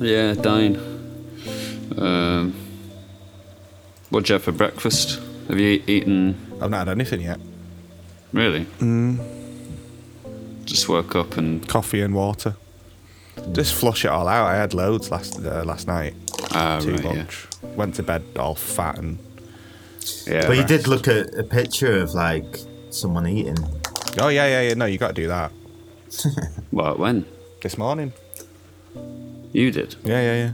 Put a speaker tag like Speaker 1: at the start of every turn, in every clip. Speaker 1: Yeah, Dine. Um, what'd you have for breakfast? Have you e-, eaten?
Speaker 2: I've not had anything yet.
Speaker 1: Really? Mm. Just woke up and
Speaker 2: Coffee and water. Just flush it all out. I had loads last uh, last night.
Speaker 1: ah,
Speaker 2: too
Speaker 1: right, yeah.
Speaker 2: much. Went to bed all fat and
Speaker 1: yeah.
Speaker 3: But you
Speaker 1: right.
Speaker 3: did look at a picture of like someone eating.
Speaker 2: oh yeah yeah yeah. No, you got to do that
Speaker 1: What? When?
Speaker 2: this morning.
Speaker 1: You did.
Speaker 2: Yeah yeah yeah.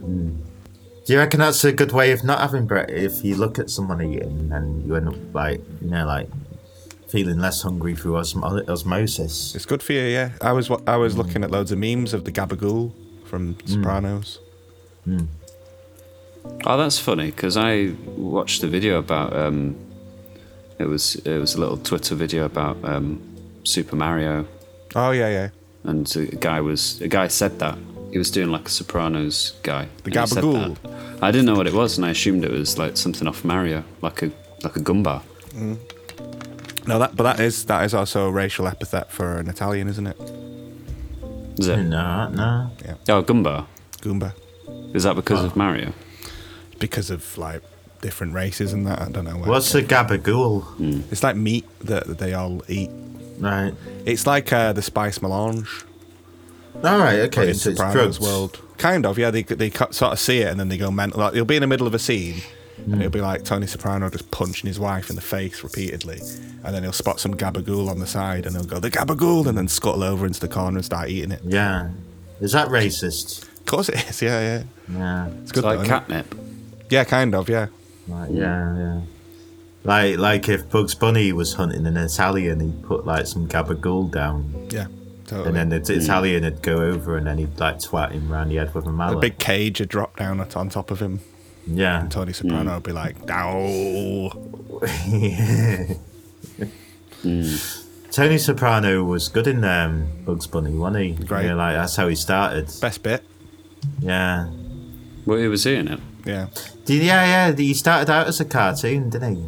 Speaker 3: Do you reckon that's a good way of not having bread? If you look at someone eating and you end up like, you know, like feeling less hungry through osmo- osmosis.
Speaker 2: It's good for you. Yeah. I was wa- I was looking at loads of memes of the gabagool from
Speaker 1: Mm.
Speaker 2: Sopranos.
Speaker 1: Oh, that's funny because I watched a video about um, it was it was a little Twitter video about um, Super Mario,
Speaker 2: Oh yeah yeah.
Speaker 1: and a guy was a guy said that he was doing like a Sopranos guy.
Speaker 2: The
Speaker 1: and he said
Speaker 2: Gabagool.
Speaker 1: that. I didn't know what it was, and I assumed it was like something off Mario, like a like a gumbar.
Speaker 2: No, that but that is that is also a racial epithet for an Italian, isn't it?
Speaker 1: Is it?
Speaker 3: No, no.
Speaker 1: Oh, gumbar.
Speaker 2: Goomba.
Speaker 1: Is that because of Mario?
Speaker 2: Because of like different races and that. I don't know. Where.
Speaker 3: What's a gabagool?
Speaker 2: It's like meat that they all eat.
Speaker 3: Right.
Speaker 2: It's like uh, the spice melange
Speaker 3: All right. Okay.
Speaker 2: in
Speaker 3: So it's
Speaker 2: Sopranos
Speaker 3: drugs.
Speaker 2: world. Kind of, yeah. They they cut, sort of see it and then they go mental. Like, you'll be in the middle of a scene. And it'll be like Tony Soprano just punching his wife in the face repeatedly, and then he'll spot some gabagool on the side, and he'll go the gabagool, and then scuttle over into the corner and start eating it.
Speaker 3: Yeah. Is that racist?
Speaker 2: Of course it is, yeah, yeah.
Speaker 3: Yeah.
Speaker 2: It's
Speaker 1: It's
Speaker 2: good. though,
Speaker 1: like
Speaker 2: isn't it?
Speaker 1: catnip.
Speaker 2: yeah, kind of, yeah.
Speaker 3: Like, yeah, yeah. Like, like if Bugs Bunny was hunting an Italian, he'd put like some gabagool down,
Speaker 2: Yeah, totally.
Speaker 3: and then the Italian would go over, and then he'd like twat him round the head with a
Speaker 2: a
Speaker 3: mallet.
Speaker 2: big cage would drop down at, on top of him.
Speaker 3: yeah.
Speaker 2: And Tony Soprano
Speaker 3: Hmm.
Speaker 2: would be like, "No."
Speaker 3: Tony Soprano was good in um, Bugs Bunny, wasn't he?
Speaker 2: Great.
Speaker 3: Yeah, like that's how he started.
Speaker 2: Best bit.
Speaker 3: Yeah.
Speaker 1: Well, he was eating it.
Speaker 2: Yeah.
Speaker 3: Did, yeah, yeah. He started out as a cartoon, didn't he?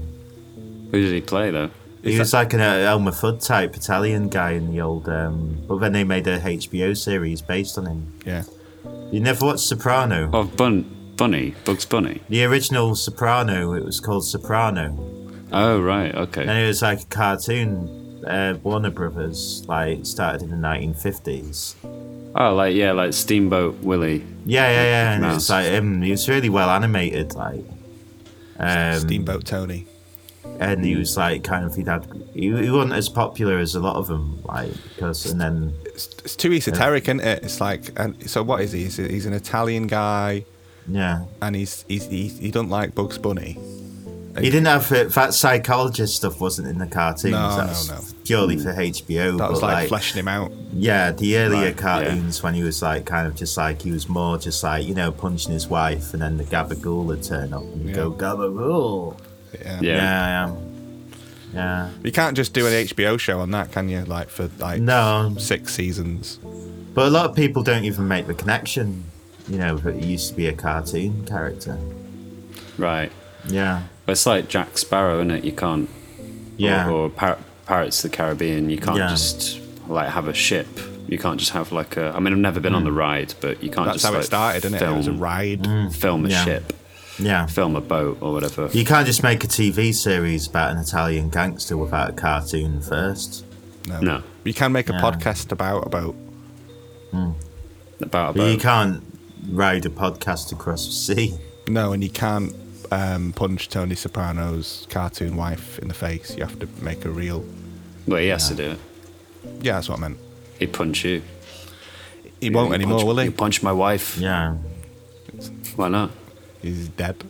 Speaker 1: Who did he play though?
Speaker 3: He
Speaker 2: Is
Speaker 3: was like an uh, Elmer Fudd type Italian guy in the old. Um, but then they made a HBO series based on him.
Speaker 2: Yeah.
Speaker 3: You never watched Soprano?
Speaker 1: Oh, Bun Bunny, Bugs Bunny.
Speaker 3: The original Soprano, it was called Soprano,
Speaker 1: Oh right, okay.
Speaker 3: and it was like a cartoon. Uh, Warner Brothers like started in the 1950s.
Speaker 1: Oh, like yeah, like Steamboat Willie.
Speaker 3: Yeah, yeah, yeah. And
Speaker 1: Mouse.
Speaker 3: it's like him. He was really well animated, like. Um,
Speaker 2: Steamboat Tony.
Speaker 3: and he was like kind of he'd had he, he wasn't as popular as a lot of them, like because and then
Speaker 2: It's, it's too esoteric, isn't it? It's like, and so what is he? He's, he's an Italian guy,
Speaker 3: yeah.
Speaker 2: and he's, he's he, he don't like Bugs Bunny.
Speaker 3: He didn't have it, that psychologist stuff wasn't in the cartoons.
Speaker 2: No, no,
Speaker 3: That's
Speaker 2: no. Mm.
Speaker 3: purely for HBO.
Speaker 2: That was
Speaker 3: but
Speaker 2: like,
Speaker 3: like,
Speaker 2: fleshing him out.
Speaker 3: yeah, the earlier
Speaker 1: Right, yeah.
Speaker 3: cartoons when he was like kind of just like he was more just like you know punching his wife, and then the gabagool would turn up and
Speaker 2: Yeah.
Speaker 3: go gabagool.
Speaker 2: Yeah.
Speaker 1: Yeah.
Speaker 3: Yeah, yeah, yeah.
Speaker 2: You can't just do an HBO show on that, can you? Like for like
Speaker 3: No.
Speaker 2: six seasons.
Speaker 3: But a lot of people don't even make the connection. You know, that he used to be a cartoon character.
Speaker 1: Right.
Speaker 3: Yeah,
Speaker 1: It's like Jack Sparrow, isn't it? You can't.
Speaker 3: yeah.
Speaker 1: Or, or Par- Pirates of the Caribbean. You can't
Speaker 3: Yeah.
Speaker 1: just like have a ship. You can't just have like a. I mean, I've never been on
Speaker 3: Hmm.
Speaker 1: the ride, but you can't
Speaker 2: That's
Speaker 1: just.
Speaker 2: how
Speaker 1: like,
Speaker 2: it started, isn't it?
Speaker 1: Film, Mm.
Speaker 2: It was a ride.
Speaker 1: film a
Speaker 3: Yeah.
Speaker 1: ship,
Speaker 3: Yeah.
Speaker 1: film a boat, or whatever.
Speaker 3: You can't just make a TV series about an Italian gangster without a cartoon first.
Speaker 1: No,
Speaker 2: You can make a
Speaker 3: Yeah.
Speaker 2: podcast about about.
Speaker 1: about a
Speaker 3: But you
Speaker 1: boat.
Speaker 3: can't ride a podcast across the sea.
Speaker 2: No, and you can't um, punch Tony Soprano's cartoon wife in the face. You have to make a real.
Speaker 1: Well, he has to do it.
Speaker 2: Yeah, that's what I meant.
Speaker 1: He punch you.
Speaker 2: He won't
Speaker 1: You
Speaker 2: anymore,
Speaker 1: punch-
Speaker 2: will
Speaker 1: You
Speaker 2: he?
Speaker 1: punch my wife.
Speaker 3: Yeah.
Speaker 1: Why not?
Speaker 2: He's dead.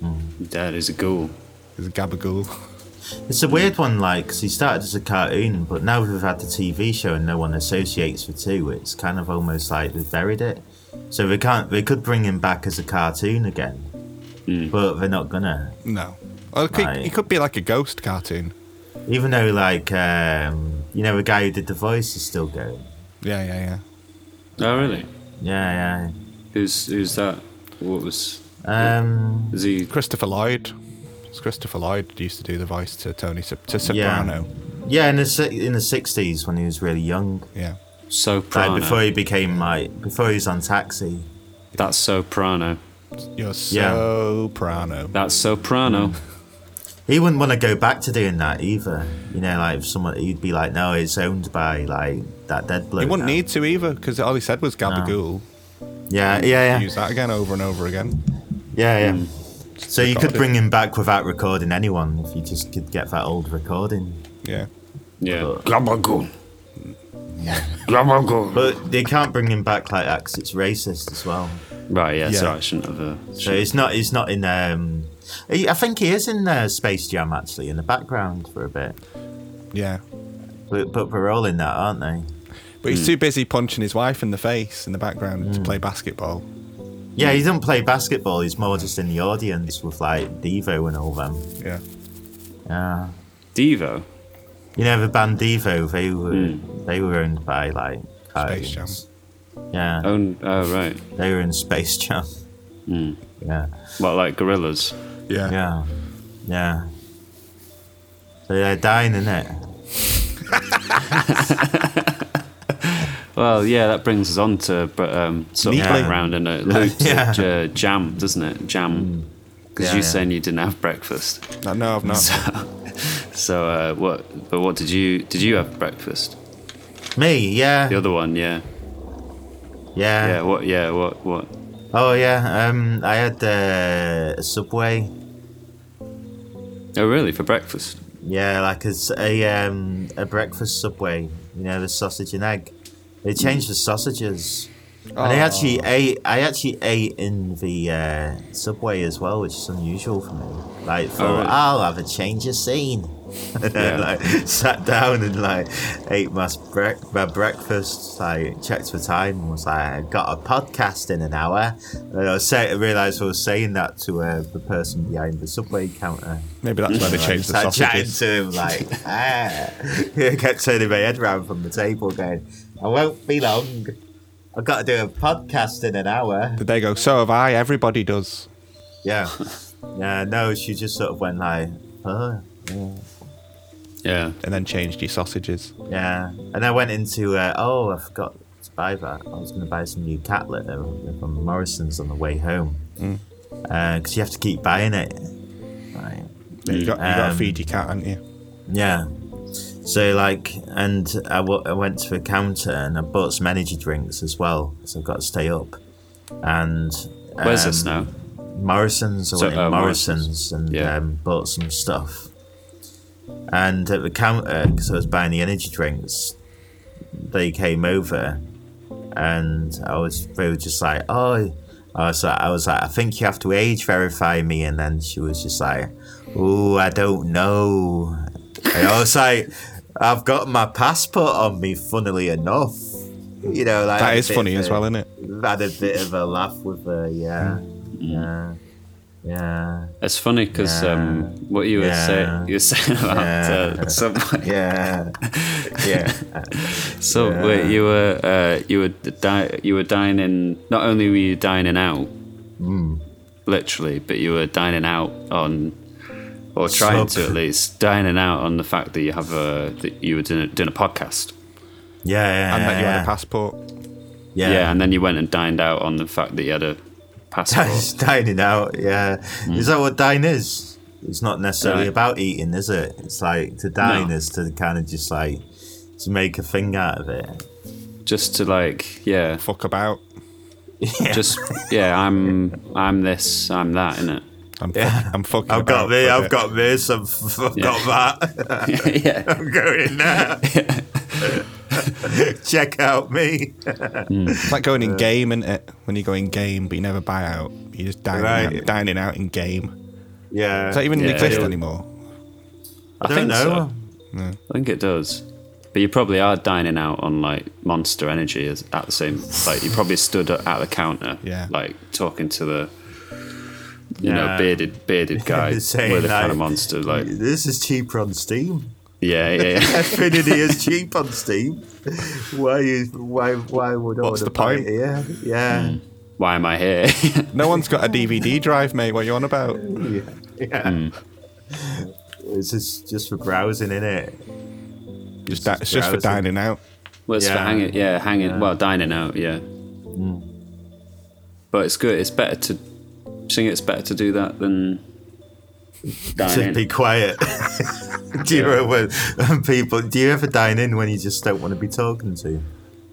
Speaker 1: Your Dad is a ghoul.
Speaker 2: He's a gabagool.
Speaker 3: It's a weird one, like, 'cause he started as a cartoon, but now we've had the TV show and no one associates the two, it's kind of almost like they've buried it. So they can't, they could bring him back as a cartoon again, but they're not gonna.
Speaker 2: no. Well, it, could,
Speaker 3: Right.
Speaker 2: it could be like a ghost cartoon.
Speaker 3: Even though, like, um, you know, the guy who did the voice is still going.
Speaker 2: Yeah, yeah, yeah.
Speaker 1: Oh, really?
Speaker 3: Yeah, yeah.
Speaker 1: Who's who's that? What was
Speaker 3: Um,
Speaker 1: is he?
Speaker 2: Christopher Lloyd. It's Christopher Lloyd used to do the voice to Tony Sop- to
Speaker 3: Yeah.
Speaker 2: Soprano.
Speaker 3: yeah, in the si- in the sixties when he was really young,
Speaker 2: Yeah.
Speaker 1: Soprano.
Speaker 3: like before he became like before he was on Taxi.
Speaker 1: That's soprano.
Speaker 2: You're
Speaker 3: Yeah.
Speaker 2: soprano.
Speaker 1: That's soprano.
Speaker 3: He wouldn't want to go back to doing that either. You know, like if someone he'd be like, no, it's owned by like that dead bloke.
Speaker 2: He wouldn't
Speaker 3: now."
Speaker 2: need to either because all he said was Gabagool.
Speaker 3: Yeah, yeah, yeah,
Speaker 2: Use that again over and over again.
Speaker 3: yeah, yeah. So you could
Speaker 2: Recorded.
Speaker 3: bring him back without recording anyone if you just could get that old recording.
Speaker 2: Yeah.
Speaker 1: Yeah.
Speaker 4: Gabagool. Gabagool.
Speaker 3: But they can't bring him back like that 'cause it's racist as well.
Speaker 1: Right. Yeah.
Speaker 2: Yeah.
Speaker 1: So I shouldn't have. Uh,
Speaker 3: So
Speaker 1: shouldn't-
Speaker 3: it's not. It's not in. Um, he- I think he is in uh, Space Jam actually in the background for a bit.
Speaker 2: Yeah.
Speaker 3: But, but we're all in that, aren't they?
Speaker 2: But
Speaker 3: Hmm.
Speaker 2: he's too busy punching his wife in the face in the background to play basketball.
Speaker 3: Yeah, he doesn't play basketball. He's more just in the audience with like Devo and all them.
Speaker 2: Yeah.
Speaker 3: Yeah.
Speaker 1: Devo.
Speaker 3: You know the band Devo. They were
Speaker 1: Hmm.
Speaker 3: they were owned by like
Speaker 2: Space
Speaker 3: cartoons. Yeah,
Speaker 1: Oh, oh right.
Speaker 3: they were in Space Jam.
Speaker 1: Hmm.
Speaker 3: Yeah.
Speaker 1: Well, like gorillas.
Speaker 2: Yeah.
Speaker 3: Yeah. Yeah. So they're dying in it.
Speaker 1: Well, yeah, that brings us on to but um, sort of
Speaker 3: Neatly.
Speaker 1: back round and a loop
Speaker 3: Yeah. Mm.
Speaker 1: to uh, jam, doesn't it? Jam. Because
Speaker 3: Yeah,
Speaker 1: you're
Speaker 3: yeah.
Speaker 1: saying you didn't have breakfast.
Speaker 2: No, no, I've not.
Speaker 1: So uh, what? But what did you did you have breakfast?
Speaker 3: Me, yeah.
Speaker 1: The other one, yeah,
Speaker 3: yeah.
Speaker 1: yeah. What? Yeah. What? What?
Speaker 3: Oh yeah. Um I had uh, a subway.
Speaker 1: Oh, really? For breakfast?
Speaker 3: Yeah, like a, s- a, um a breakfast subway, you know, the sausage and egg. They changed the sausages. And I actually ate I actually ate in the uh, subway as well, which is unusual for me. Like for
Speaker 1: Oh, really?
Speaker 3: I'll have a change of scene. and then,
Speaker 1: Yeah.
Speaker 3: like sat down and like ate my, s- brec- my breakfast, like checked for time and was like, I got a podcast in an hour. And I say, realized I was saying that to uh, the person behind the subway counter.
Speaker 2: Maybe that's why they
Speaker 3: Like,
Speaker 2: changed the
Speaker 3: start chatting
Speaker 2: sausages.
Speaker 3: to him like, ah. I kept turning my head round from the table going, I won't be long. I've got to do a podcast in an hour.
Speaker 2: Did they go, so have I, everybody does.
Speaker 3: Yeah. Yeah, no, she just sort of went like, oh.
Speaker 1: Yeah.
Speaker 2: And then changed your sausages.
Speaker 3: Yeah. And I went into, uh, oh, I forgot to buy that. I was going to buy some new cat litter from Morrison's on the way home.
Speaker 2: Hmm.
Speaker 3: Because you have to keep buying it. Right.
Speaker 2: Yeah, you got, you got to
Speaker 3: Um,
Speaker 2: feed your cat, haven't you?
Speaker 3: Yeah. So like, and I wa- I went to the counter and I bought some energy drinks as well because I've got to stay up. And
Speaker 1: Where's
Speaker 3: um,
Speaker 1: this now?
Speaker 3: Morrison's. I
Speaker 1: So,
Speaker 3: went in
Speaker 1: uh,
Speaker 3: Morrison's, and
Speaker 1: Yeah.
Speaker 3: um, bought some stuff. And at the counter, because I was buying the energy drinks, they came over, and I was they were just like, oh. I was, like, I was like, I think you have to age verify me, and then she was just like, "Oh, I don't know." And I was like, "I've got my passport on me." Funnily enough, you know, like
Speaker 2: That
Speaker 3: a
Speaker 2: is
Speaker 3: bit
Speaker 2: funny
Speaker 3: of
Speaker 2: as
Speaker 3: a-
Speaker 2: well, isn't it?
Speaker 3: had a bit of a laugh with her, yeah. Yeah. Yeah.
Speaker 1: It's funny because um, what you were
Speaker 3: Yeah.
Speaker 1: saying you were saying about
Speaker 3: Yeah.
Speaker 1: uh, subway.
Speaker 3: Yeah. Yeah.
Speaker 1: So wait, you were uh, you were di- you were dining. Not only were you dining out, Hmm. literally, but you were dining out on, or trying
Speaker 3: Sub.
Speaker 1: to at least dining out on the fact that you have a that you were doing a, doing a podcast.
Speaker 3: Yeah. Yeah.
Speaker 2: And that you had
Speaker 3: yeah.
Speaker 2: a passport.
Speaker 1: Yeah.
Speaker 3: Yeah.
Speaker 1: and then you went and dined out on the fact that you had a passport.
Speaker 3: It's dining out, yeah. Is that what dine is? It's not necessarily
Speaker 1: Mm. Right.
Speaker 3: about eating, is it? It's like to dine
Speaker 1: No.
Speaker 3: is to kind of just like to make a thing out of it.
Speaker 1: just to like, yeah,
Speaker 2: Fuck about.
Speaker 1: just yeah. I'm I'm this. I'm that. In it.
Speaker 2: I'm, fuck, I'm fucking
Speaker 3: I've got
Speaker 2: about
Speaker 3: this,
Speaker 2: with
Speaker 3: I've
Speaker 2: it.
Speaker 3: got this, I've, I've got that.
Speaker 1: yeah.
Speaker 3: I'm going there. Check out me.
Speaker 2: It's like going in game, isn't it? When you go in game, but you never buy out. You just dining,
Speaker 3: Right.
Speaker 2: out, dining out in game.
Speaker 3: Yeah.
Speaker 2: Does that even
Speaker 1: Yeah.
Speaker 2: exist
Speaker 1: Yeah.
Speaker 2: anymore?
Speaker 1: I,
Speaker 3: I don't
Speaker 1: think
Speaker 3: know.
Speaker 1: so. I think it does. But you probably are dining out on like Monster Energy as, at the same. Like you probably stood at the counter,
Speaker 2: Yeah.
Speaker 1: like talking to the you
Speaker 3: Yeah.
Speaker 1: know bearded bearded guy with
Speaker 3: Saying,
Speaker 1: a kind
Speaker 3: like,
Speaker 1: of monster. Like
Speaker 3: This is cheaper on Steam.
Speaker 1: yeah, yeah, yeah.
Speaker 3: Affinity is cheap on Steam. Why you? Why? Why would I
Speaker 2: What's
Speaker 3: wanna
Speaker 2: the
Speaker 3: buy
Speaker 2: point? Hmm.
Speaker 3: it? Yeah, yeah.
Speaker 1: why am I here?
Speaker 2: No one's got a DVD drive, mate. What are you on about?
Speaker 3: Yeah. yeah.
Speaker 2: Hmm.
Speaker 3: It's just, just for browsing, in it?
Speaker 2: Just di- it's just for
Speaker 3: browsing.
Speaker 2: dining out.
Speaker 1: Well, it's for
Speaker 3: Yeah. Mm.
Speaker 1: hanging, yeah, hanging, well, dining out, yeah. But it's good. It's better to sing. It's better to do that than
Speaker 3: to
Speaker 1: dine
Speaker 3: be
Speaker 1: in.
Speaker 3: quiet. do you
Speaker 1: Yeah.
Speaker 3: ever people? Do you ever dine in when you just don't want to be talking to?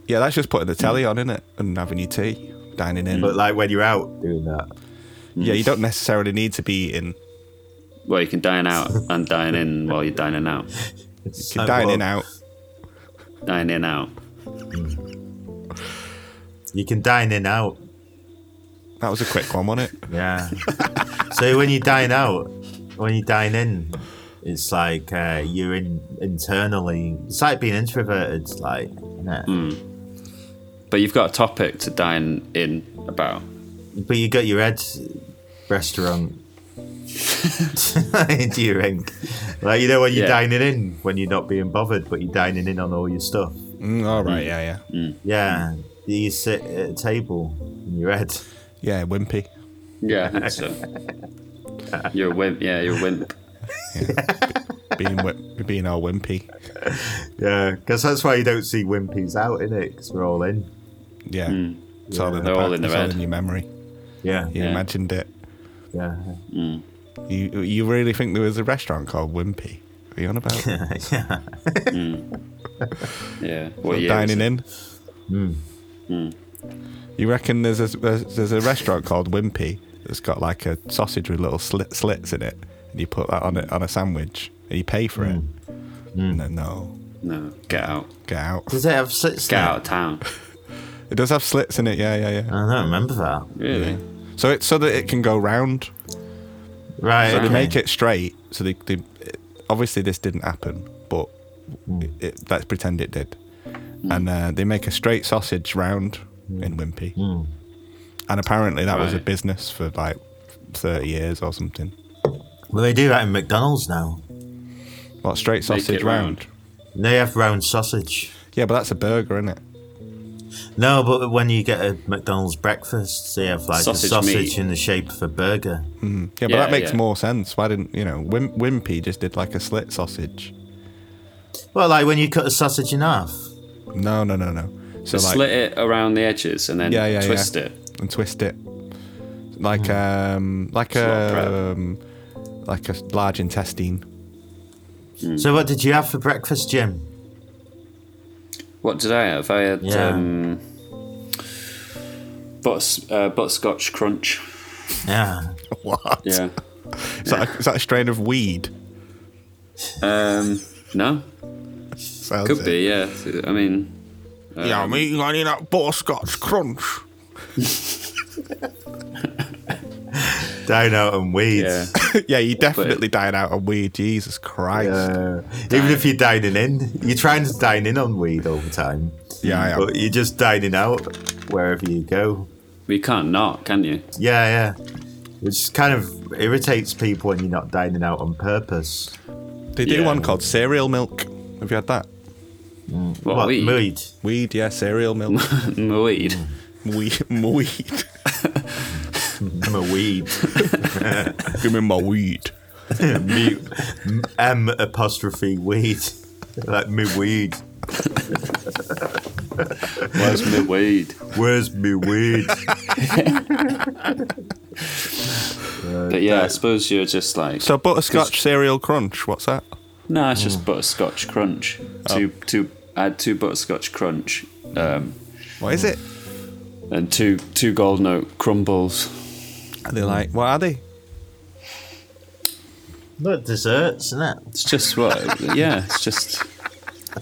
Speaker 2: Yeah, that's just putting the telly on, isn't it? And having your tea, dining in.
Speaker 3: But like when you're out doing that,
Speaker 2: yeah, you don't necessarily need to be eating.
Speaker 1: Well, you can dine out and dine in while you're dining out.
Speaker 2: You
Speaker 3: it's
Speaker 2: can
Speaker 3: like,
Speaker 2: dine
Speaker 3: well,
Speaker 2: in out.
Speaker 1: Dine in out.
Speaker 3: You can dine in out.
Speaker 2: That was a quick one, wasn't it?
Speaker 3: Yeah. so when you dine out, when you dine in, it's like uh, you're in internally. It's like being introverted. Like, innit?
Speaker 1: But you've got a topic to dine in about.
Speaker 3: but you got your head restaurant. into your ink, like you know when you're
Speaker 1: Yeah.
Speaker 3: dining in, when you're not being bothered, but you're dining in on all your stuff.
Speaker 2: Mm, all right, yeah, yeah,
Speaker 3: Yeah, you sit at a table in your head.
Speaker 2: yeah. Wimpy.
Speaker 1: Yeah, I think so. You're a wimp. Yeah, you're a wimp.
Speaker 2: being wi- being all wimpy.
Speaker 3: Yeah, because that's why you don't see Wimpy's out in it, because we're all in.
Speaker 2: Yeah, it's all in the
Speaker 1: Hmm. They're all
Speaker 2: back,
Speaker 1: in the
Speaker 2: it's all
Speaker 1: red.
Speaker 2: in your memory.
Speaker 3: Yeah,
Speaker 2: You
Speaker 1: Yeah.
Speaker 2: imagined it.
Speaker 3: yeah,
Speaker 2: You you really think there was a restaurant called Wimpy? What Are you on about
Speaker 3: yeah.
Speaker 1: Yeah. Hmm. What year was
Speaker 2: dining
Speaker 1: it?
Speaker 2: in? You reckon there's a there's, there's a restaurant called Wimpy that's got like a sausage with little slit, slits in it, and you put that on it on a sandwich, and you pay for it. And then no,
Speaker 1: No, get out.
Speaker 2: get out.
Speaker 3: Does it have slits?
Speaker 1: Get
Speaker 3: in it?
Speaker 1: out of town.
Speaker 2: It does have slits in it. Yeah, yeah, yeah.
Speaker 3: I don't remember that.
Speaker 1: Really?
Speaker 2: So it's so that it can go round.
Speaker 3: Right.
Speaker 2: So
Speaker 3: okay.
Speaker 2: they make it straight. So they, they obviously this didn't happen, but
Speaker 1: Hmm.
Speaker 2: it, it, let's pretend it did. And uh, they make a straight sausage round in Wimpy. And apparently that was a
Speaker 1: Hmm. Right.
Speaker 2: business for like 30 years or something.
Speaker 3: Well, they do that in McDonald's now.
Speaker 2: What straight sausage
Speaker 1: it
Speaker 2: round.
Speaker 1: round.
Speaker 3: They have round sausage.
Speaker 2: Yeah, but that's a burger, isn't it?
Speaker 3: No, but when you get a McDonald's breakfast, they have like
Speaker 1: Sausage
Speaker 3: a sausage
Speaker 1: meat.
Speaker 3: in the shape of a burger.
Speaker 2: Yeah, but
Speaker 1: Yeah,
Speaker 2: that makes
Speaker 1: yeah.
Speaker 2: more sense. Why didn't you know Wim, Wimpy just did like a slit sausage?
Speaker 3: Well, like when you cut a sausage in half.
Speaker 2: No, no, no, no. So
Speaker 1: Just slit it around the edges and then
Speaker 2: Yeah, yeah,
Speaker 1: twist
Speaker 2: yeah.
Speaker 1: it.
Speaker 2: and twist it like um like
Speaker 1: lot of prep.
Speaker 2: a um, like a large intestine Hmm.
Speaker 3: So, what did you have for breakfast, Jim?
Speaker 1: What did I have? I had
Speaker 3: Yeah.
Speaker 1: um, butters, uh, butterscotch crunch.
Speaker 3: Yeah.
Speaker 2: what
Speaker 1: Yeah.
Speaker 2: is, that a, is that a strain of weed
Speaker 1: Um, no,
Speaker 2: Sounds
Speaker 1: could
Speaker 2: it.
Speaker 1: be. Yeah. I mean,
Speaker 2: yeah i'm eating i need that butterscotch crunch
Speaker 3: Dine out and weeds.
Speaker 1: yeah.
Speaker 2: yeah you definitely died out on weed jesus christ yeah,
Speaker 3: Uh, even if you're dining in, you're trying to dine in on weed all the time.
Speaker 2: Yeah, I am.
Speaker 3: But you're just dining out wherever you go.
Speaker 1: We can't not, can you?
Speaker 3: Yeah, yeah. Which kind of irritates people when you're not dining out on purpose.
Speaker 2: they do
Speaker 1: yeah.
Speaker 2: one called cereal milk have you had that
Speaker 1: What, weed?
Speaker 3: Weed.
Speaker 2: weed yeah cereal milk
Speaker 1: Weed.
Speaker 2: Mm. weed weed
Speaker 3: I'm a weed.
Speaker 2: give me my weed
Speaker 3: Me- M apostrophe weed. Like me weed.
Speaker 1: Where's my weed?
Speaker 3: Where's me weed?
Speaker 2: Uh,
Speaker 1: But yeah, I suppose you're just like
Speaker 2: so butterscotch cereal crunch what's that
Speaker 1: no, it's just butterscotch crunch.
Speaker 2: Oh.
Speaker 1: Two two. I had two butterscotch crunch um,
Speaker 2: what is it
Speaker 1: and two two golden oak crumbles.
Speaker 2: are they like what are they
Speaker 3: Look, desserts, isn't it?
Speaker 1: It's just what, yeah. It's just,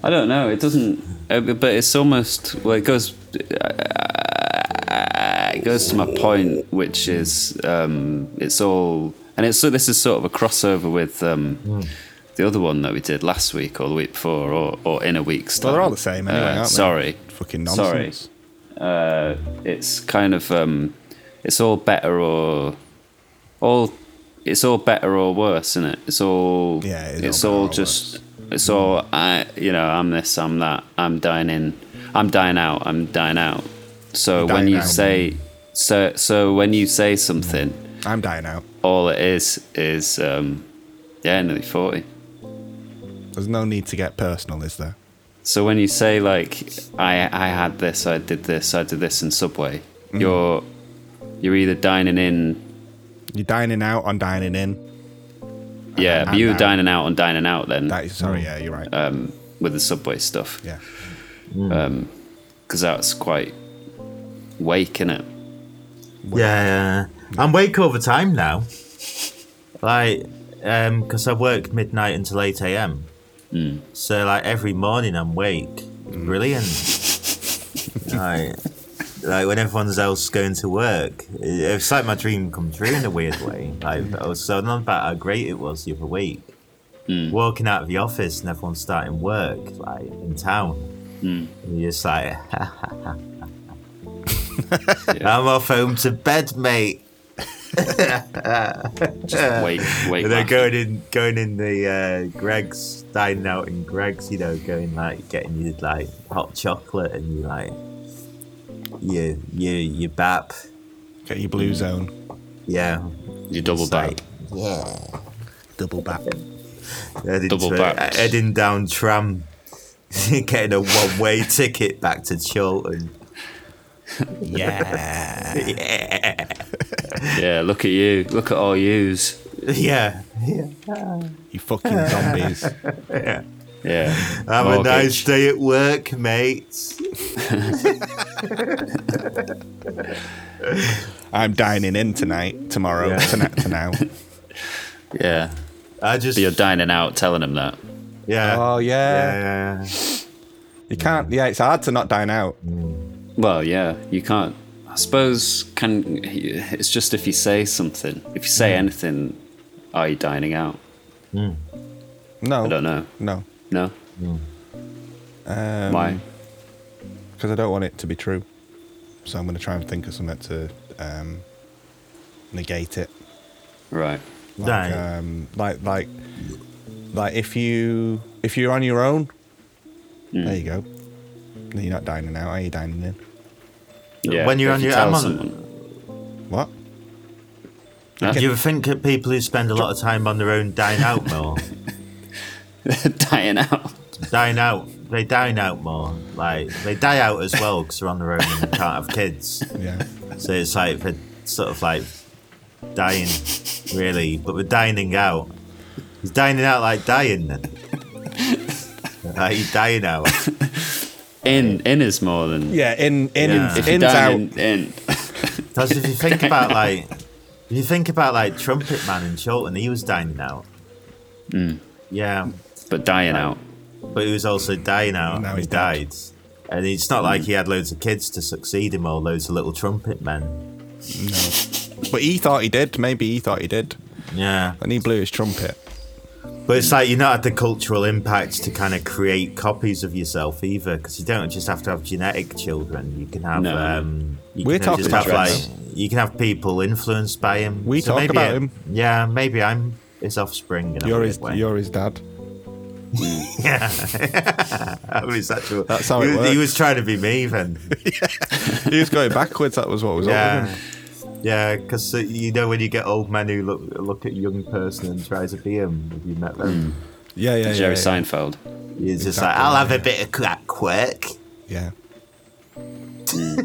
Speaker 1: I don't know. It doesn't, uh, but it's almost well. It goes, uh, it goes to my point, which is, um, it's all, and it's so. This is sort of a crossover with um,
Speaker 2: Hmm.
Speaker 1: the other one that we did last week or the week before or, or in a week's time.
Speaker 2: well they're all the same anyway
Speaker 1: Uh,
Speaker 2: aren't they?
Speaker 1: sorry,
Speaker 2: fucking
Speaker 1: Sorry.
Speaker 2: nonsense
Speaker 1: it's kind of um, it's all better or all it's all better or worse, isn't it? It's all
Speaker 2: Yeah, it is
Speaker 1: it's
Speaker 2: all
Speaker 1: all,
Speaker 2: better or
Speaker 1: just it's all I you know I'm this I'm that I'm dining I'm dying out I'm dying out. So
Speaker 2: Dying
Speaker 1: when you
Speaker 2: out.
Speaker 1: say So so when you say something,
Speaker 2: I'm dying out.
Speaker 1: all it is is um, yeah, nearly forty.
Speaker 2: There's no need to get personal, is there?
Speaker 1: So when you say like I I had this, I did this, I did this in Subway,
Speaker 2: Mm.
Speaker 1: you're you're either dining in,
Speaker 2: You're dining out on dining in.
Speaker 1: yeah,
Speaker 2: and
Speaker 1: you were
Speaker 2: out.
Speaker 1: dining out and dining out then
Speaker 2: That is sorry, yeah, you're right.
Speaker 1: with the Subway stuff
Speaker 2: yeah.
Speaker 1: because that's quite wake in it.
Speaker 3: Yeah, I'm awake all the time now. Like, um, because I work midnight until eight a.m. So like every morning I'm awake. Brilliant. like, like when everyone's else going to work, it- it's like my dream come true in a weird way. Like, I was so not about how great it was the other week. Walking out of the office and everyone's starting work, like in town. And You're just like, I'm off home to bed, mate.
Speaker 1: Just wake wake.
Speaker 3: And they're
Speaker 1: laugh.
Speaker 3: going in, going in the uh, Greg's, dining out in Greg's. You know, going like getting you like hot chocolate and you like you you you bap.
Speaker 2: Get your blue zone.
Speaker 3: Yeah,
Speaker 1: You double
Speaker 3: It's
Speaker 1: back.
Speaker 3: like, Yeah,
Speaker 2: Double back.
Speaker 3: heading
Speaker 1: Double
Speaker 3: to- uh,
Speaker 1: baps.
Speaker 3: Heading down tram, getting a one-way ticket back to Chilton.
Speaker 2: Yeah.
Speaker 3: Yeah,
Speaker 1: Yeah, look at you. Look at all yous.
Speaker 3: yeah, yeah.
Speaker 2: you fucking zombies.
Speaker 1: Yeah.
Speaker 3: Have a
Speaker 1: Mortgage.
Speaker 3: nice day at work, mate.
Speaker 2: I'm dining in tonight, tomorrow,
Speaker 3: Yeah.
Speaker 2: tonight, to now.
Speaker 1: Yeah.
Speaker 3: I just
Speaker 1: But you're dining out, telling him that.
Speaker 3: yeah.
Speaker 2: Oh, yeah.
Speaker 3: yeah.
Speaker 2: You can't. Yeah, it's hard to not dine out.
Speaker 1: Well, yeah, you can't. I suppose can. It's just if you say something. If you say
Speaker 3: Mm.
Speaker 1: anything, are you dining out?
Speaker 2: No.
Speaker 1: I don't know.
Speaker 2: No.
Speaker 1: No. Why?
Speaker 3: Um,
Speaker 2: Because I don't want it to be true. So I'm going to try and think of something to um, negate it.
Speaker 1: Right.
Speaker 2: Like,
Speaker 3: Right.
Speaker 2: um, like, like, like if you if you're on your own,
Speaker 3: Hmm.
Speaker 2: there you go. Then You're not dining out. Are you dining in?
Speaker 1: Yeah.
Speaker 3: When you're
Speaker 1: if
Speaker 3: on
Speaker 1: you
Speaker 3: your-
Speaker 1: tell
Speaker 3: I'm on-
Speaker 1: someone-
Speaker 2: What?
Speaker 1: Huh?
Speaker 3: Do you think that people who spend a lot of time on their own dine out more?
Speaker 1: dying out.
Speaker 3: dine out. They dine out more. Like they die out as well because they're on their own and they can't have kids.
Speaker 2: Yeah.
Speaker 3: So it's like they're sort of like dying, really. But we're dining out. Is dining out like dying then? like you dying out.
Speaker 1: In in is more than.
Speaker 2: Yeah. In in
Speaker 3: Yeah.
Speaker 1: If
Speaker 2: in
Speaker 3: If
Speaker 1: you
Speaker 2: in's out.
Speaker 1: dine in, in,
Speaker 3: Because if you think about like, if you think about like Trumpet Man in Chilton, he was dining out. Yeah.
Speaker 1: but dying out.
Speaker 3: but he was also dying out.
Speaker 2: Now
Speaker 3: and he
Speaker 2: he's dead.
Speaker 3: died. And it's not like he had loads of kids to succeed him or loads of little trumpet men.
Speaker 2: But he thought he did. Maybe he thought he did.
Speaker 3: Yeah.
Speaker 2: And he blew his trumpet.
Speaker 3: But it's like you're not at the cultural impact to kind of create copies of yourself either, because you don't just have to have genetic children. You can have.
Speaker 1: No.
Speaker 3: Um, you
Speaker 2: We're
Speaker 3: can
Speaker 2: talking
Speaker 3: just have,
Speaker 2: about
Speaker 3: like,
Speaker 2: this.
Speaker 3: You can have people influenced by him.
Speaker 2: We talk
Speaker 3: maybe
Speaker 2: about
Speaker 3: it-
Speaker 2: him.
Speaker 3: Yeah, maybe I'm his offspring. In a
Speaker 2: You're
Speaker 3: weird
Speaker 2: his.
Speaker 3: way.
Speaker 2: You're his dad.
Speaker 3: I mean, it's actual-
Speaker 2: That's how it
Speaker 3: he, was-
Speaker 2: works.
Speaker 3: he was trying to be me then.
Speaker 2: he was going backwards. That was what was up.
Speaker 3: Yeah,
Speaker 2: with him.
Speaker 3: yeah, because you know when you get old men who look look at a young person and try to be him. Have you met them?
Speaker 2: Yeah, yeah, yeah.
Speaker 1: Jerry
Speaker 2: yeah.
Speaker 1: Seinfeld.
Speaker 3: You're just
Speaker 2: Exactly,
Speaker 3: like, I'll have a bit of that quirk.
Speaker 2: Yeah,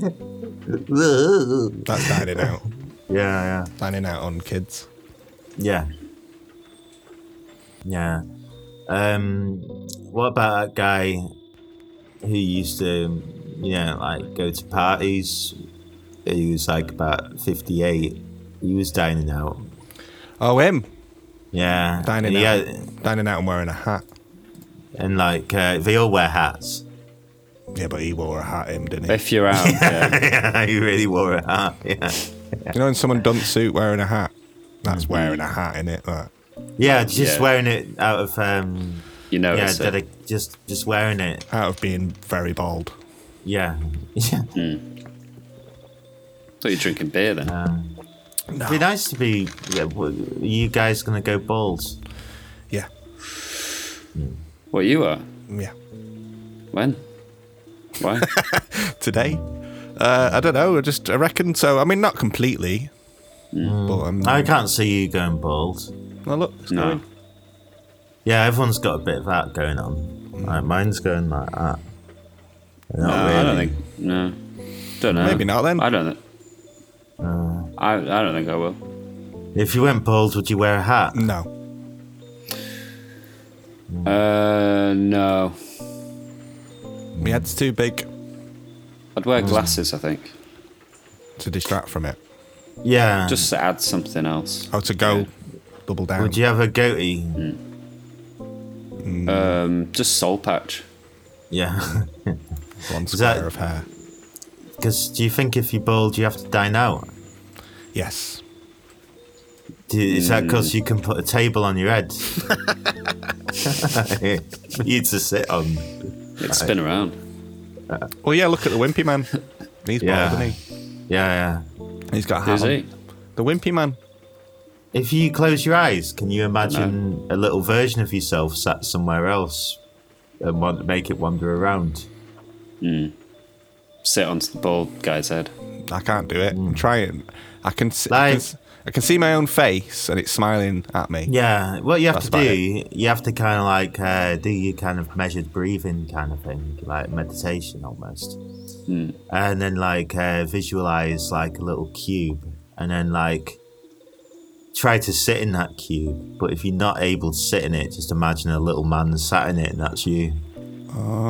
Speaker 3: Ugh."
Speaker 2: that's dining out.
Speaker 3: yeah, yeah,
Speaker 2: dining out on kids.
Speaker 3: yeah, yeah. Um, what about that guy who used to, you know, like go to parties? He was like about fifty-eight. He was dining out.
Speaker 2: Oh, him
Speaker 3: Yeah,
Speaker 2: dining
Speaker 3: yeah,
Speaker 2: out. Dining out and wearing a hat.
Speaker 3: and like uh, they all wear hats.
Speaker 2: Yeah, but he wore a hat. Him didn't he?
Speaker 1: If you're out, uh, yeah.
Speaker 3: yeah, he really wore a hat. Yeah,
Speaker 2: You know, when someone don't suit wearing a hat,
Speaker 3: Mm-hmm.
Speaker 2: that's wearing a hat in it. That.
Speaker 3: yeah, just
Speaker 1: Yeah.
Speaker 3: wearing it out of um,
Speaker 1: you know.
Speaker 3: yeah,
Speaker 1: it's uh, a-
Speaker 3: dedic- just just wearing it.
Speaker 2: Out of being very bald.
Speaker 3: Yeah, yeah.
Speaker 1: thought you're drinking beer then.
Speaker 3: Um, It'd be nice to be. Yeah, w- are you guys gonna go bald?
Speaker 2: Yeah,
Speaker 1: Well, you are.
Speaker 2: yeah.
Speaker 1: When? Why?
Speaker 2: Today, Uh, I don't know. I just I reckon so. I mean, not completely. But um,
Speaker 3: Mm. I can't see you going bald.
Speaker 2: oh, look, it's
Speaker 1: No.
Speaker 2: going.
Speaker 3: Yeah, everyone's got a bit of that going on. Like mine's going like that. Not
Speaker 1: No,
Speaker 3: really.
Speaker 1: I don't think. No, don't know.
Speaker 2: Maybe not then.
Speaker 1: I don't. Th- I I don't think I will.
Speaker 3: If you went bald, would you wear a hat?
Speaker 2: No.
Speaker 1: Uh, no.
Speaker 2: My head's too big
Speaker 1: I'd wear
Speaker 2: Mm.
Speaker 1: glasses. I think
Speaker 2: to distract from it.
Speaker 3: Yeah.
Speaker 1: just to add something else.
Speaker 2: Oh, to go double down.
Speaker 3: would you have a goatee?
Speaker 2: Oh.
Speaker 1: Um, just soul patch.
Speaker 3: Yeah.
Speaker 2: One square
Speaker 3: that-
Speaker 2: of hair.
Speaker 3: Because do you think if you're bald, you have to dine out?
Speaker 2: Yes.
Speaker 3: Do, is that
Speaker 1: Mm.
Speaker 3: because you can put a table on your head? For you to sit on.
Speaker 1: It'd spin around.
Speaker 2: Well, yeah. Look at the wimpy man. He's
Speaker 3: Yeah.
Speaker 2: bald, isn't he?
Speaker 3: Yeah, yeah.
Speaker 2: He's got a hat
Speaker 1: Who's
Speaker 2: on.
Speaker 1: he?
Speaker 2: The wimpy man.
Speaker 3: If you close your eyes, can you imagine a little version of yourself sat somewhere else and want make it wander around?
Speaker 1: Sit onto the bald guy's head.
Speaker 2: I can't do it. I'm trying. I can. See, I,
Speaker 3: Mm. Like-
Speaker 2: can, s- I can see my own face, and it's smiling at me.
Speaker 3: Yeah, what you have
Speaker 2: That's
Speaker 3: to do,
Speaker 2: about
Speaker 3: you have to kind of like uh, do your kind of measured breathing kind of thing, like meditation almost,
Speaker 2: Hmm.
Speaker 3: and then like uh, visualize like a little cube, and then like try to sit in that cube. But if you're not able to sit in it, just imagine a little man sat in it, and that's you.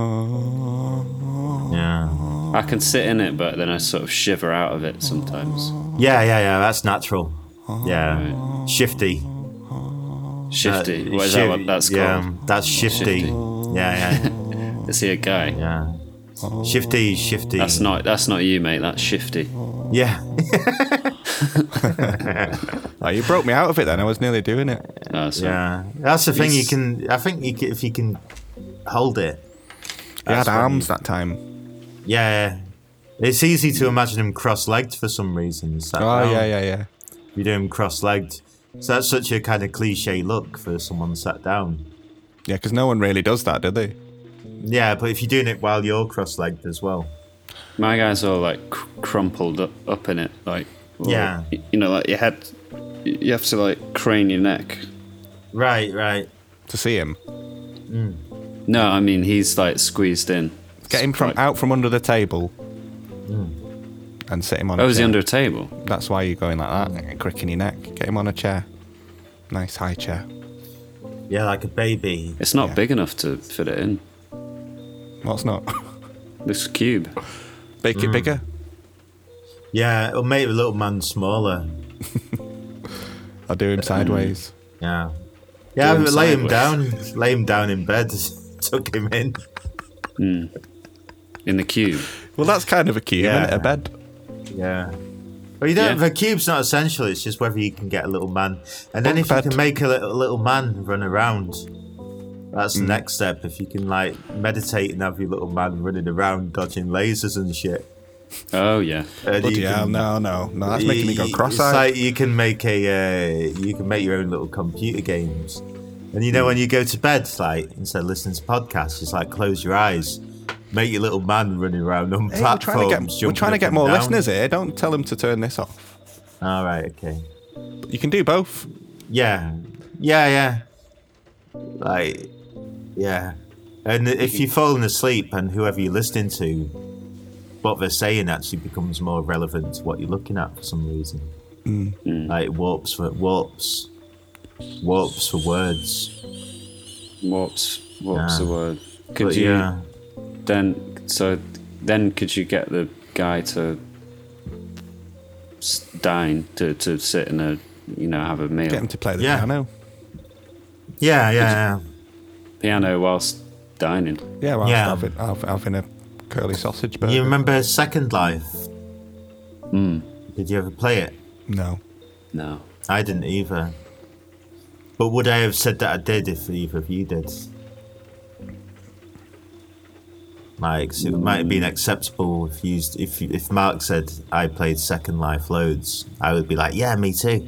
Speaker 2: Oh.
Speaker 3: Yeah,
Speaker 1: I can sit in it, but then I sort of shiver out of it sometimes.
Speaker 3: yeah, yeah, yeah. That's natural.
Speaker 2: Oh.
Speaker 3: Yeah, shifty.
Speaker 1: Shifty.
Speaker 3: Uh,
Speaker 1: what is
Speaker 3: shiv-
Speaker 1: that? What that's
Speaker 3: yeah,
Speaker 1: called?
Speaker 3: That's shifty.
Speaker 1: Shifty.
Speaker 3: Yeah, yeah.
Speaker 1: Is he a guy?
Speaker 3: Yeah.
Speaker 2: Oh.
Speaker 3: Shifty, shifty.
Speaker 1: That's not. That's not you, mate. That's shifty.
Speaker 3: Yeah.
Speaker 2: Like, Oh, you broke me out of it. Then I was nearly doing it.
Speaker 1: No, it's not.
Speaker 3: yeah. That's the thing. You
Speaker 1: It's-
Speaker 3: can. I think you can, if you can hold it.
Speaker 2: He had
Speaker 3: That's when
Speaker 2: arms that time.
Speaker 3: Yeah. It's easy to imagine him cross-legged for some reason. It's like,
Speaker 2: Oh
Speaker 3: well,
Speaker 2: yeah, yeah, yeah.
Speaker 3: You do him cross-legged. So that's such a kind of cliche look for someone sat down.
Speaker 2: Yeah, because no one really does that, do they?
Speaker 3: Yeah, but if you're doing it while you're cross-legged as well.
Speaker 1: My guy's all like cr- crumpled up, up in it, like well,
Speaker 3: Yeah.
Speaker 1: y- You know, like you had, you have to like crane your neck.
Speaker 3: Right, right.
Speaker 2: To see him,
Speaker 1: No, I mean he's like squeezed in.
Speaker 2: get him from out from under the table,
Speaker 3: Mm.
Speaker 2: and sit him on.
Speaker 1: Oh,
Speaker 2: a
Speaker 1: is he
Speaker 2: chair.
Speaker 1: under a table?
Speaker 2: That's why you're going like that, and cricking your neck. Get him on a chair. Nice high chair.
Speaker 3: Yeah, like a baby.
Speaker 1: It's not
Speaker 2: Yeah.
Speaker 1: big enough to fit it in.
Speaker 2: What's not?
Speaker 1: This cube.
Speaker 2: Make
Speaker 3: Mm.
Speaker 2: it bigger.
Speaker 3: Yeah, or make a little man smaller.
Speaker 2: I'll do him sideways.
Speaker 3: Yeah. Yeah,
Speaker 1: him
Speaker 3: but lay him
Speaker 1: sideways.
Speaker 3: down. lay him down in bed. Tuck him in.
Speaker 1: In the cube.
Speaker 2: Well, that's kind of a cube,
Speaker 3: Yeah.
Speaker 2: isn't it? A bed.
Speaker 3: Yeah. Well, you
Speaker 1: Yeah.
Speaker 3: don't. The cube's not essential. It's just whether you can get a little man, and then
Speaker 2: Bunk
Speaker 3: if you
Speaker 2: bed.
Speaker 3: can make a little, little man run around, that's
Speaker 2: Mm.
Speaker 3: the next step. If you can like meditate and have your little man running around dodging lasers and shit,
Speaker 1: Oh yeah.
Speaker 3: and
Speaker 2: Bloody
Speaker 3: you
Speaker 2: hell,
Speaker 3: can-
Speaker 2: no, no, no. That's making me
Speaker 3: you-
Speaker 2: go
Speaker 3: you-
Speaker 2: cross-eyed.
Speaker 3: It's like you can make a, uh, you can make your own little computer games, and you know
Speaker 2: Hmm.
Speaker 3: when you go to bed, like instead of listening to podcasts, just like close your eyes, make your little man running around on
Speaker 2: Hey, we're
Speaker 3: platforms.
Speaker 2: trying to get, we're
Speaker 3: jumping
Speaker 2: trying to
Speaker 3: up
Speaker 2: get
Speaker 3: and
Speaker 2: more
Speaker 3: down.
Speaker 2: listeners here. Don't tell them to turn this off.
Speaker 3: All right, okay.
Speaker 2: But you can do both.
Speaker 3: Yeah, yeah, yeah. Um, Like, yeah. And if you're falling asleep, and whoever you're listening to, what they're saying actually becomes more relevant to what you're looking at for some reason.
Speaker 1: Mm.
Speaker 3: Like it warps for warps, warps for words.
Speaker 1: Warps. Warps
Speaker 3: Yeah.
Speaker 1: the word. Could
Speaker 3: Ah. But
Speaker 1: you
Speaker 3: yeah,
Speaker 1: then? So then could you get the guy to s- dine to to sit in a you know have a meal
Speaker 2: Get them to play the
Speaker 3: Yeah.
Speaker 2: piano.
Speaker 3: yeah, yeah,
Speaker 1: piano whilst dining.
Speaker 2: Yeah, well,
Speaker 3: Yeah.
Speaker 2: I've, been- I've, I've been a curly sausage burger.
Speaker 3: yeah. You remember Second Life? Did you ever play it?
Speaker 2: no.
Speaker 1: No.
Speaker 3: I didn't either. But would I have said that I did if either of you did? Like, so it might have been acceptable if you if you- if Mark said I played Second Life loads, I would be like, yeah, me too.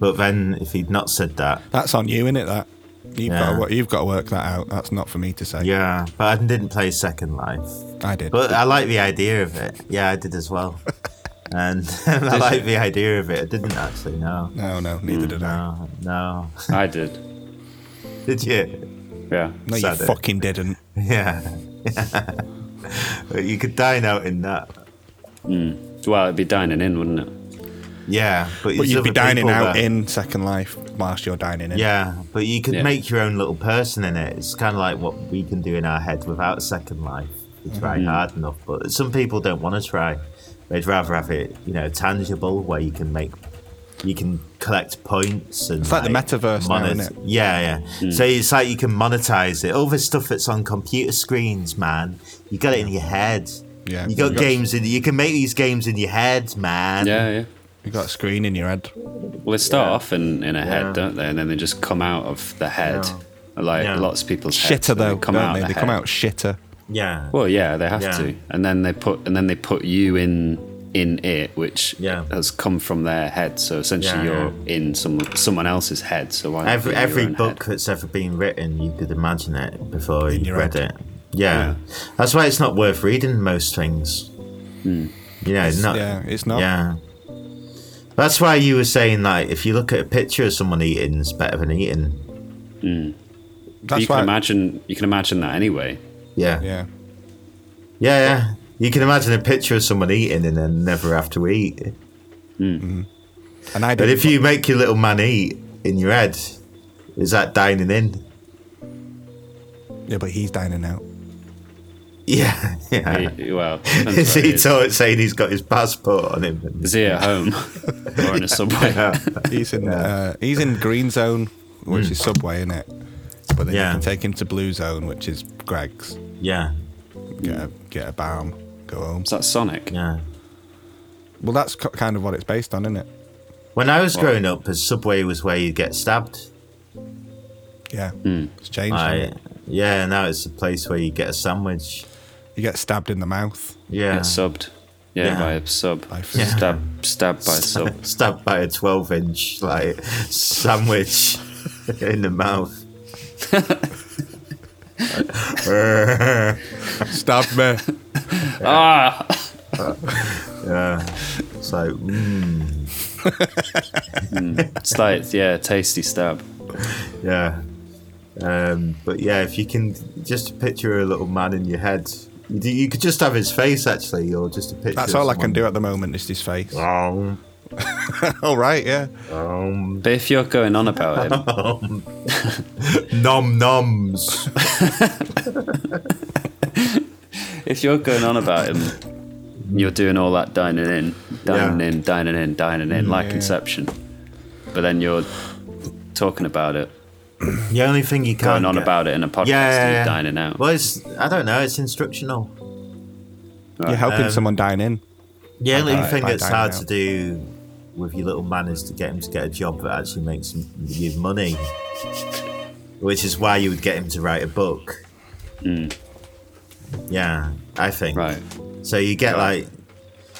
Speaker 3: but then if he'd not said that,
Speaker 2: That's on you, isn't it? That You've
Speaker 3: Yeah.
Speaker 2: got to, wo- you've got to work that out. That's not for me to say.
Speaker 3: Yeah, but I didn't play Second Life.
Speaker 2: I did.
Speaker 3: But I like the idea of it. Yeah, I did as well. And I like the idea of it. I didn't actually, no.
Speaker 2: no, no, neither
Speaker 3: Mm,
Speaker 2: did I.
Speaker 3: No, no.
Speaker 1: I did.
Speaker 3: Did you?
Speaker 1: Yeah.
Speaker 2: No, you
Speaker 3: Saturday.
Speaker 2: fucking didn't.
Speaker 3: Yeah. but you could dine out in that.
Speaker 1: Well, it'd be dining in, wouldn't it?
Speaker 3: Yeah, but,
Speaker 2: But
Speaker 3: it's
Speaker 2: you'd be
Speaker 3: other
Speaker 2: dining
Speaker 3: people
Speaker 2: out
Speaker 3: there.
Speaker 2: in Second Life whilst you're dining in.
Speaker 3: Yeah, but you could
Speaker 1: Yeah.
Speaker 3: make your own little person in it. It's kind of like what we can do in our head without Second Life. We try hard enough, but some people don't want to try. They'd rather have it, you know, tangible where you can make, you can collect points and. It's
Speaker 2: like the metaverse now, isn't it?
Speaker 3: Yeah, yeah. So it's like you can monetize it. All this stuff that's on computer screens, man. You got it in your head.
Speaker 2: Yeah,
Speaker 3: You
Speaker 2: you
Speaker 3: got
Speaker 2: got-
Speaker 3: games in. You can make these games in your head, man.
Speaker 1: Yeah, yeah.
Speaker 2: You got a screen in your head.
Speaker 1: Well, they start off in, in a
Speaker 3: Yeah.
Speaker 1: head, don't they? And then they just come out of the head. Like
Speaker 3: Yeah.
Speaker 1: lots of people's heads.
Speaker 2: Shitter though,
Speaker 1: come
Speaker 2: don't
Speaker 1: out
Speaker 2: they?
Speaker 1: the
Speaker 2: They come
Speaker 1: head.
Speaker 2: out shitter.
Speaker 3: Yeah.
Speaker 1: Well, yeah, they have
Speaker 3: Yeah.
Speaker 1: to. And then they put and then they put you in in it, which
Speaker 3: Yeah.
Speaker 1: has come from their head. So essentially,
Speaker 3: Yeah,
Speaker 1: you're in some someone else's head. So why not
Speaker 3: Every
Speaker 1: be in your
Speaker 3: every
Speaker 1: own
Speaker 3: book
Speaker 1: head?
Speaker 3: that's ever been written, you could imagine it before you
Speaker 2: your
Speaker 3: read
Speaker 2: head.
Speaker 3: it. Yeah. that's why it's not worth reading most things. You know, not.
Speaker 2: yeah, it's not.
Speaker 3: Yeah, that's why you were saying like if you look at a picture of someone eating, it's better than eating.
Speaker 2: That's
Speaker 1: you can
Speaker 2: why.
Speaker 1: imagine you can imagine that anyway.
Speaker 3: Yeah, yeah,
Speaker 2: Yeah.
Speaker 3: yeah. You can imagine a picture of someone eating and then never have to eat.
Speaker 2: And I
Speaker 3: But
Speaker 2: did.
Speaker 3: if you make your little man eat in your head, is that dining in?
Speaker 2: yeah, but he's dining out.
Speaker 3: Yeah, yeah.
Speaker 1: Y- Well, depends
Speaker 3: Uh-huh. Is
Speaker 1: where
Speaker 3: he
Speaker 1: is.
Speaker 3: taught saying he's got his passport on him?
Speaker 1: Is he at home or in a subway?
Speaker 2: He's in. Uh, he's in green zone, which is Subway, isn't it? But then
Speaker 3: Yeah.
Speaker 2: you can take him to blue zone, which is Greg's.
Speaker 3: Yeah,
Speaker 2: Get a get a balm, go home.
Speaker 1: Is that Sonic?
Speaker 3: yeah.
Speaker 2: Well, that's ki- kind of what it's based on, isn't it?
Speaker 3: When I was growing up, a subway was where you'd get stabbed.
Speaker 2: Yeah. It's changed.
Speaker 3: Like,
Speaker 2: hasn't it?
Speaker 3: yeah, now it's a place where you get a sandwich.
Speaker 2: You get stabbed in the mouth.
Speaker 3: Yeah,
Speaker 1: Get subbed. Yeah,
Speaker 3: Yeah.
Speaker 1: by a sub.
Speaker 2: By food.
Speaker 1: Stab, stabbed by a sub.
Speaker 3: stabbed by a twelve-inch like sandwich in the mouth.
Speaker 2: Stab me.
Speaker 1: Ah,
Speaker 3: It's like, mm,
Speaker 1: it's like yeah, tasty stab.
Speaker 3: yeah. Um, but yeah, if you can just picture a little man in your head, you, do- you could just have his face actually, or just a picture.
Speaker 2: That's
Speaker 3: of
Speaker 2: all I can
Speaker 3: someone.
Speaker 2: do at the moment is his face.
Speaker 3: Um,
Speaker 2: all right, yeah.
Speaker 3: um,
Speaker 1: But if you're going on about him,
Speaker 3: nom noms.
Speaker 1: if you're going on about him, you're doing all that dining in, dining
Speaker 3: Yeah.
Speaker 1: in, dining in, dining in, like Inception. But then you're talking about it,
Speaker 3: The only thing you can't
Speaker 1: going on
Speaker 3: get-
Speaker 1: about it in a podcast,
Speaker 3: Yeah, yeah,
Speaker 1: and
Speaker 3: yeah.
Speaker 1: you're dining out.
Speaker 3: Well, it's I don't know. It's instructional.
Speaker 2: You're helping
Speaker 3: Um,
Speaker 2: someone dine in.
Speaker 3: The only
Speaker 2: Like-
Speaker 3: thing
Speaker 2: like
Speaker 3: that's
Speaker 2: dining
Speaker 3: hard
Speaker 2: out.
Speaker 3: to do with your little man is to get him to get a job that actually makes him you money, which is why you would get him to write a book. Yeah, I think.
Speaker 1: Hmm. Right.
Speaker 3: So you get like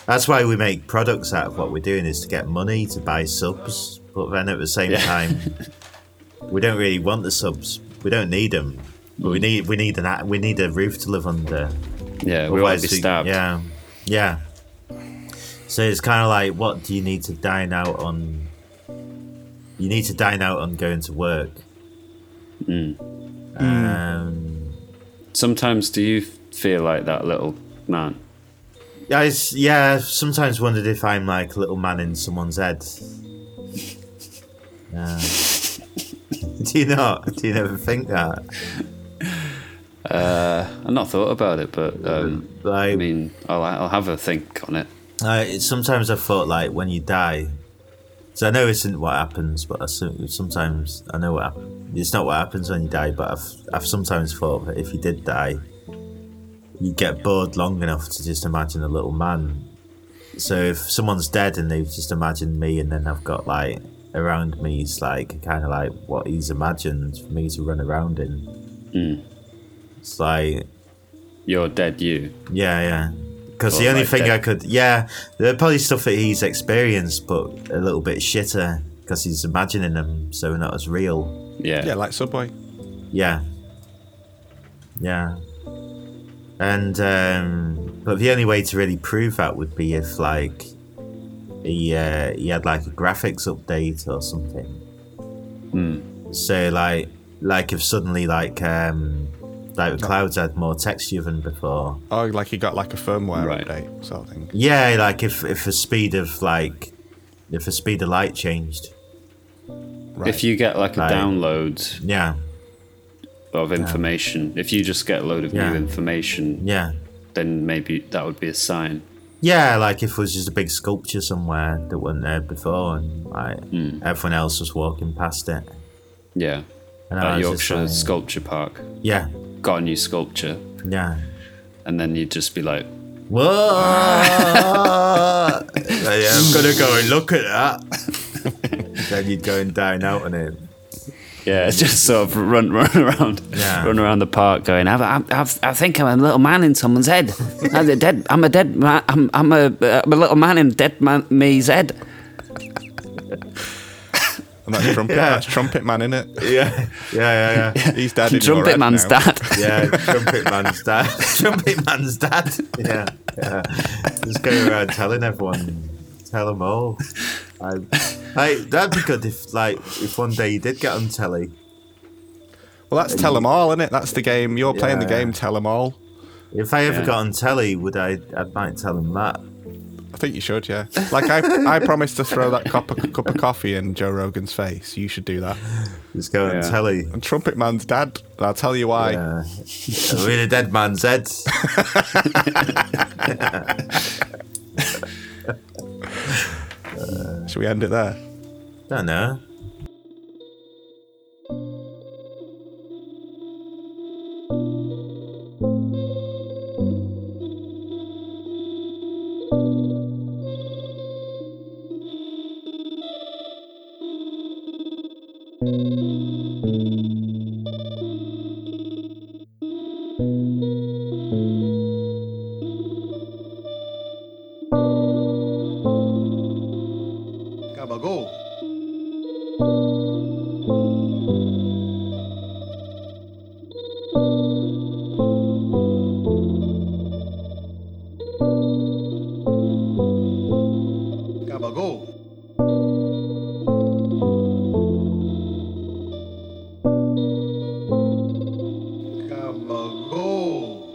Speaker 3: that's why we make products out of what we're doing is to get money to buy subs, but then at the same
Speaker 1: Yeah.
Speaker 3: time, we don't really want the subs. We don't need them.
Speaker 1: Hmm.
Speaker 3: But we need we need an a- we need a roof to live under.
Speaker 1: Yeah, we won't be
Speaker 3: Otherwise, you-
Speaker 1: stabbed.
Speaker 3: Yeah, yeah. So it's kind of like, what do you need to dine out on? You need to dine out on going to work.
Speaker 1: Hmm.
Speaker 3: Um,
Speaker 1: Sometimes do you f- feel like that little man?
Speaker 3: I s- yeah, I've sometimes wondered if I'm like a little man in someone's head. Yeah. do you not? Do you never think that?
Speaker 1: I've not thought about it, but um,
Speaker 3: Like,
Speaker 1: I mean, I'll, I'll have a think on it.
Speaker 3: I it's- sometimes I thought like when you die, so I know it isn't what happens, but I, so- sometimes I know what hap- it's not what happens when you die. But I've I've sometimes thought that if you did die, you get bored long enough to just imagine a little man. So if someone's dead and they've just imagined me, and then I've got like around me is like kind of like what he's imagined for me to run around in. It's like
Speaker 1: You're dead, you.
Speaker 3: yeah, yeah. Because
Speaker 1: Or
Speaker 3: the only
Speaker 1: like
Speaker 3: thing
Speaker 1: that-
Speaker 3: I could, yeah, there are probably stuff that he's experienced, but a little bit shitter because he's imagining them, so they're not as real.
Speaker 1: Yeah.
Speaker 2: Yeah, like Subway.
Speaker 3: Yeah. Yeah. And um but the only way to really prove that would be if like he uh, he had like a graphics update or something.
Speaker 1: Hmm.
Speaker 3: So like like if suddenly like um like the clouds had more texture than before.
Speaker 2: Oh, like he got like a firmware
Speaker 1: Right.
Speaker 2: update sort of thing.
Speaker 3: Yeah, like if if the speed of like if the speed of light changed.
Speaker 2: Right.
Speaker 1: If you get like a
Speaker 3: Right.
Speaker 1: download
Speaker 3: Yeah.
Speaker 1: of information, if you just get a load of
Speaker 3: Yeah.
Speaker 1: new information,
Speaker 3: Yeah.
Speaker 1: then maybe that would be a sign.
Speaker 3: Yeah, like if it was just a big sculpture somewhere that wasn't there before, and like everyone else was walking past it.
Speaker 1: Yeah.
Speaker 3: And I
Speaker 1: At
Speaker 3: was just
Speaker 1: Yorkshire
Speaker 3: like-
Speaker 1: Sculpture Park,
Speaker 3: Yeah,
Speaker 1: got a new sculpture,
Speaker 3: yeah.
Speaker 1: and then you'd just be like,
Speaker 3: Whoa! I am gonna go and look at that. then you'd go and dine out on it.
Speaker 1: yeah, just sort of run, run around,
Speaker 3: Yeah.
Speaker 1: run around the park, going, I've, I've, I've, I think I'm a little man in someone's head. I'm a dead, I'm a dead man. I'm, I'm a, I'm a little man in dead man me's head.
Speaker 2: And that's trumpet.
Speaker 3: Yeah.
Speaker 2: That's trumpet man in it.
Speaker 3: Yeah, yeah, yeah, yeah.
Speaker 2: He's dead. in your
Speaker 1: Trumpet
Speaker 2: head
Speaker 1: man's
Speaker 2: now.
Speaker 1: dad.
Speaker 3: Yeah, trumpet man's dad. trumpet man's dad. Yeah, yeah. Just go around telling everyone, tell them all. I, I, that'd be good if, like, if one day you did get on telly.
Speaker 2: Well, that's Tell 'em All, isn't it? That's the game. You're playing the
Speaker 3: Yeah.
Speaker 2: game Tell 'em All.
Speaker 3: If I ever
Speaker 1: Yeah.
Speaker 3: got on telly, would I? I might tell them that.
Speaker 2: I think you should, yeah. Like I, I promised to throw that cup of, cup of coffee in Joe Rogan's face. You should do that.
Speaker 3: Just go on
Speaker 1: Yeah.
Speaker 3: telly.
Speaker 2: And Trumpet Man's dad. And I'll tell you why.
Speaker 3: Yeah. We're in a dead man's head.
Speaker 2: Should we end it there?
Speaker 3: Don't know.
Speaker 4: Gabagool. Gabagool. Gabagool.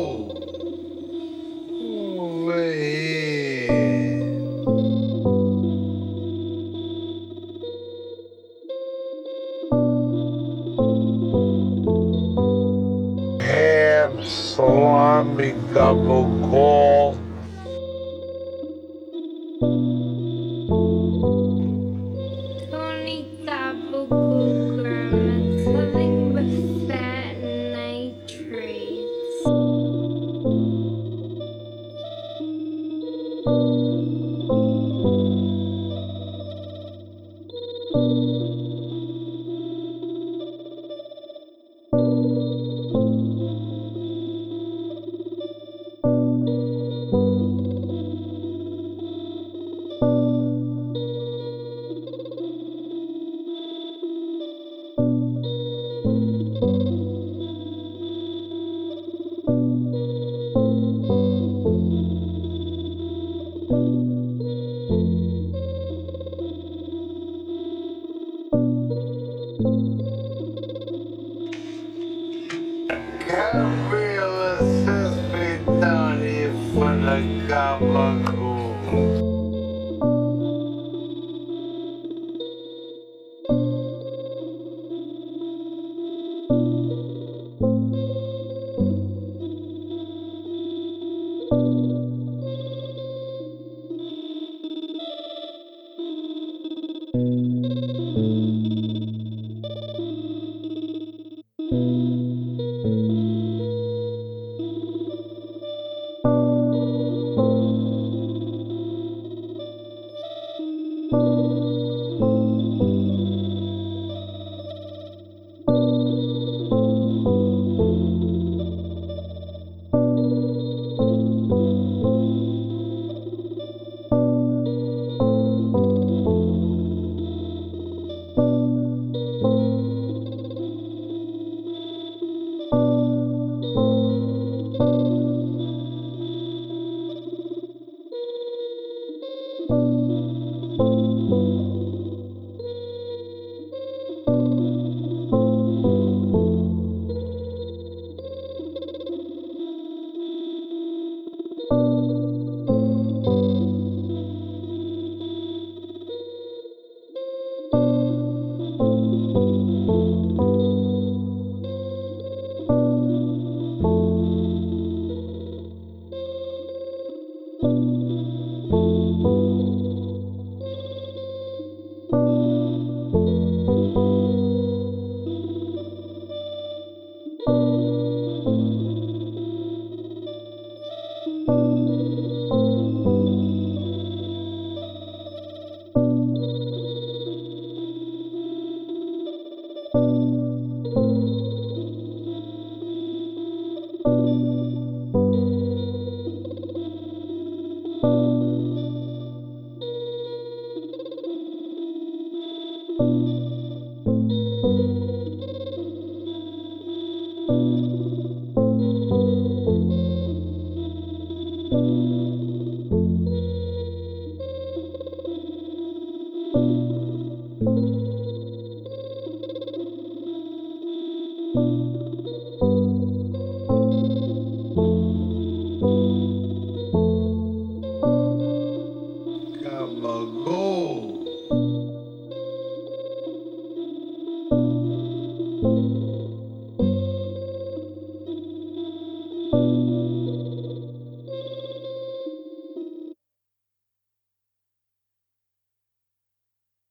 Speaker 4: Gabagool. Way. Ham, salami, gabagool.
Speaker 5: Tony Gabblegram is living with fat nitrates.
Speaker 4: Gabriel assist me down here for the gabagool.
Speaker 5: Gabagool. Thank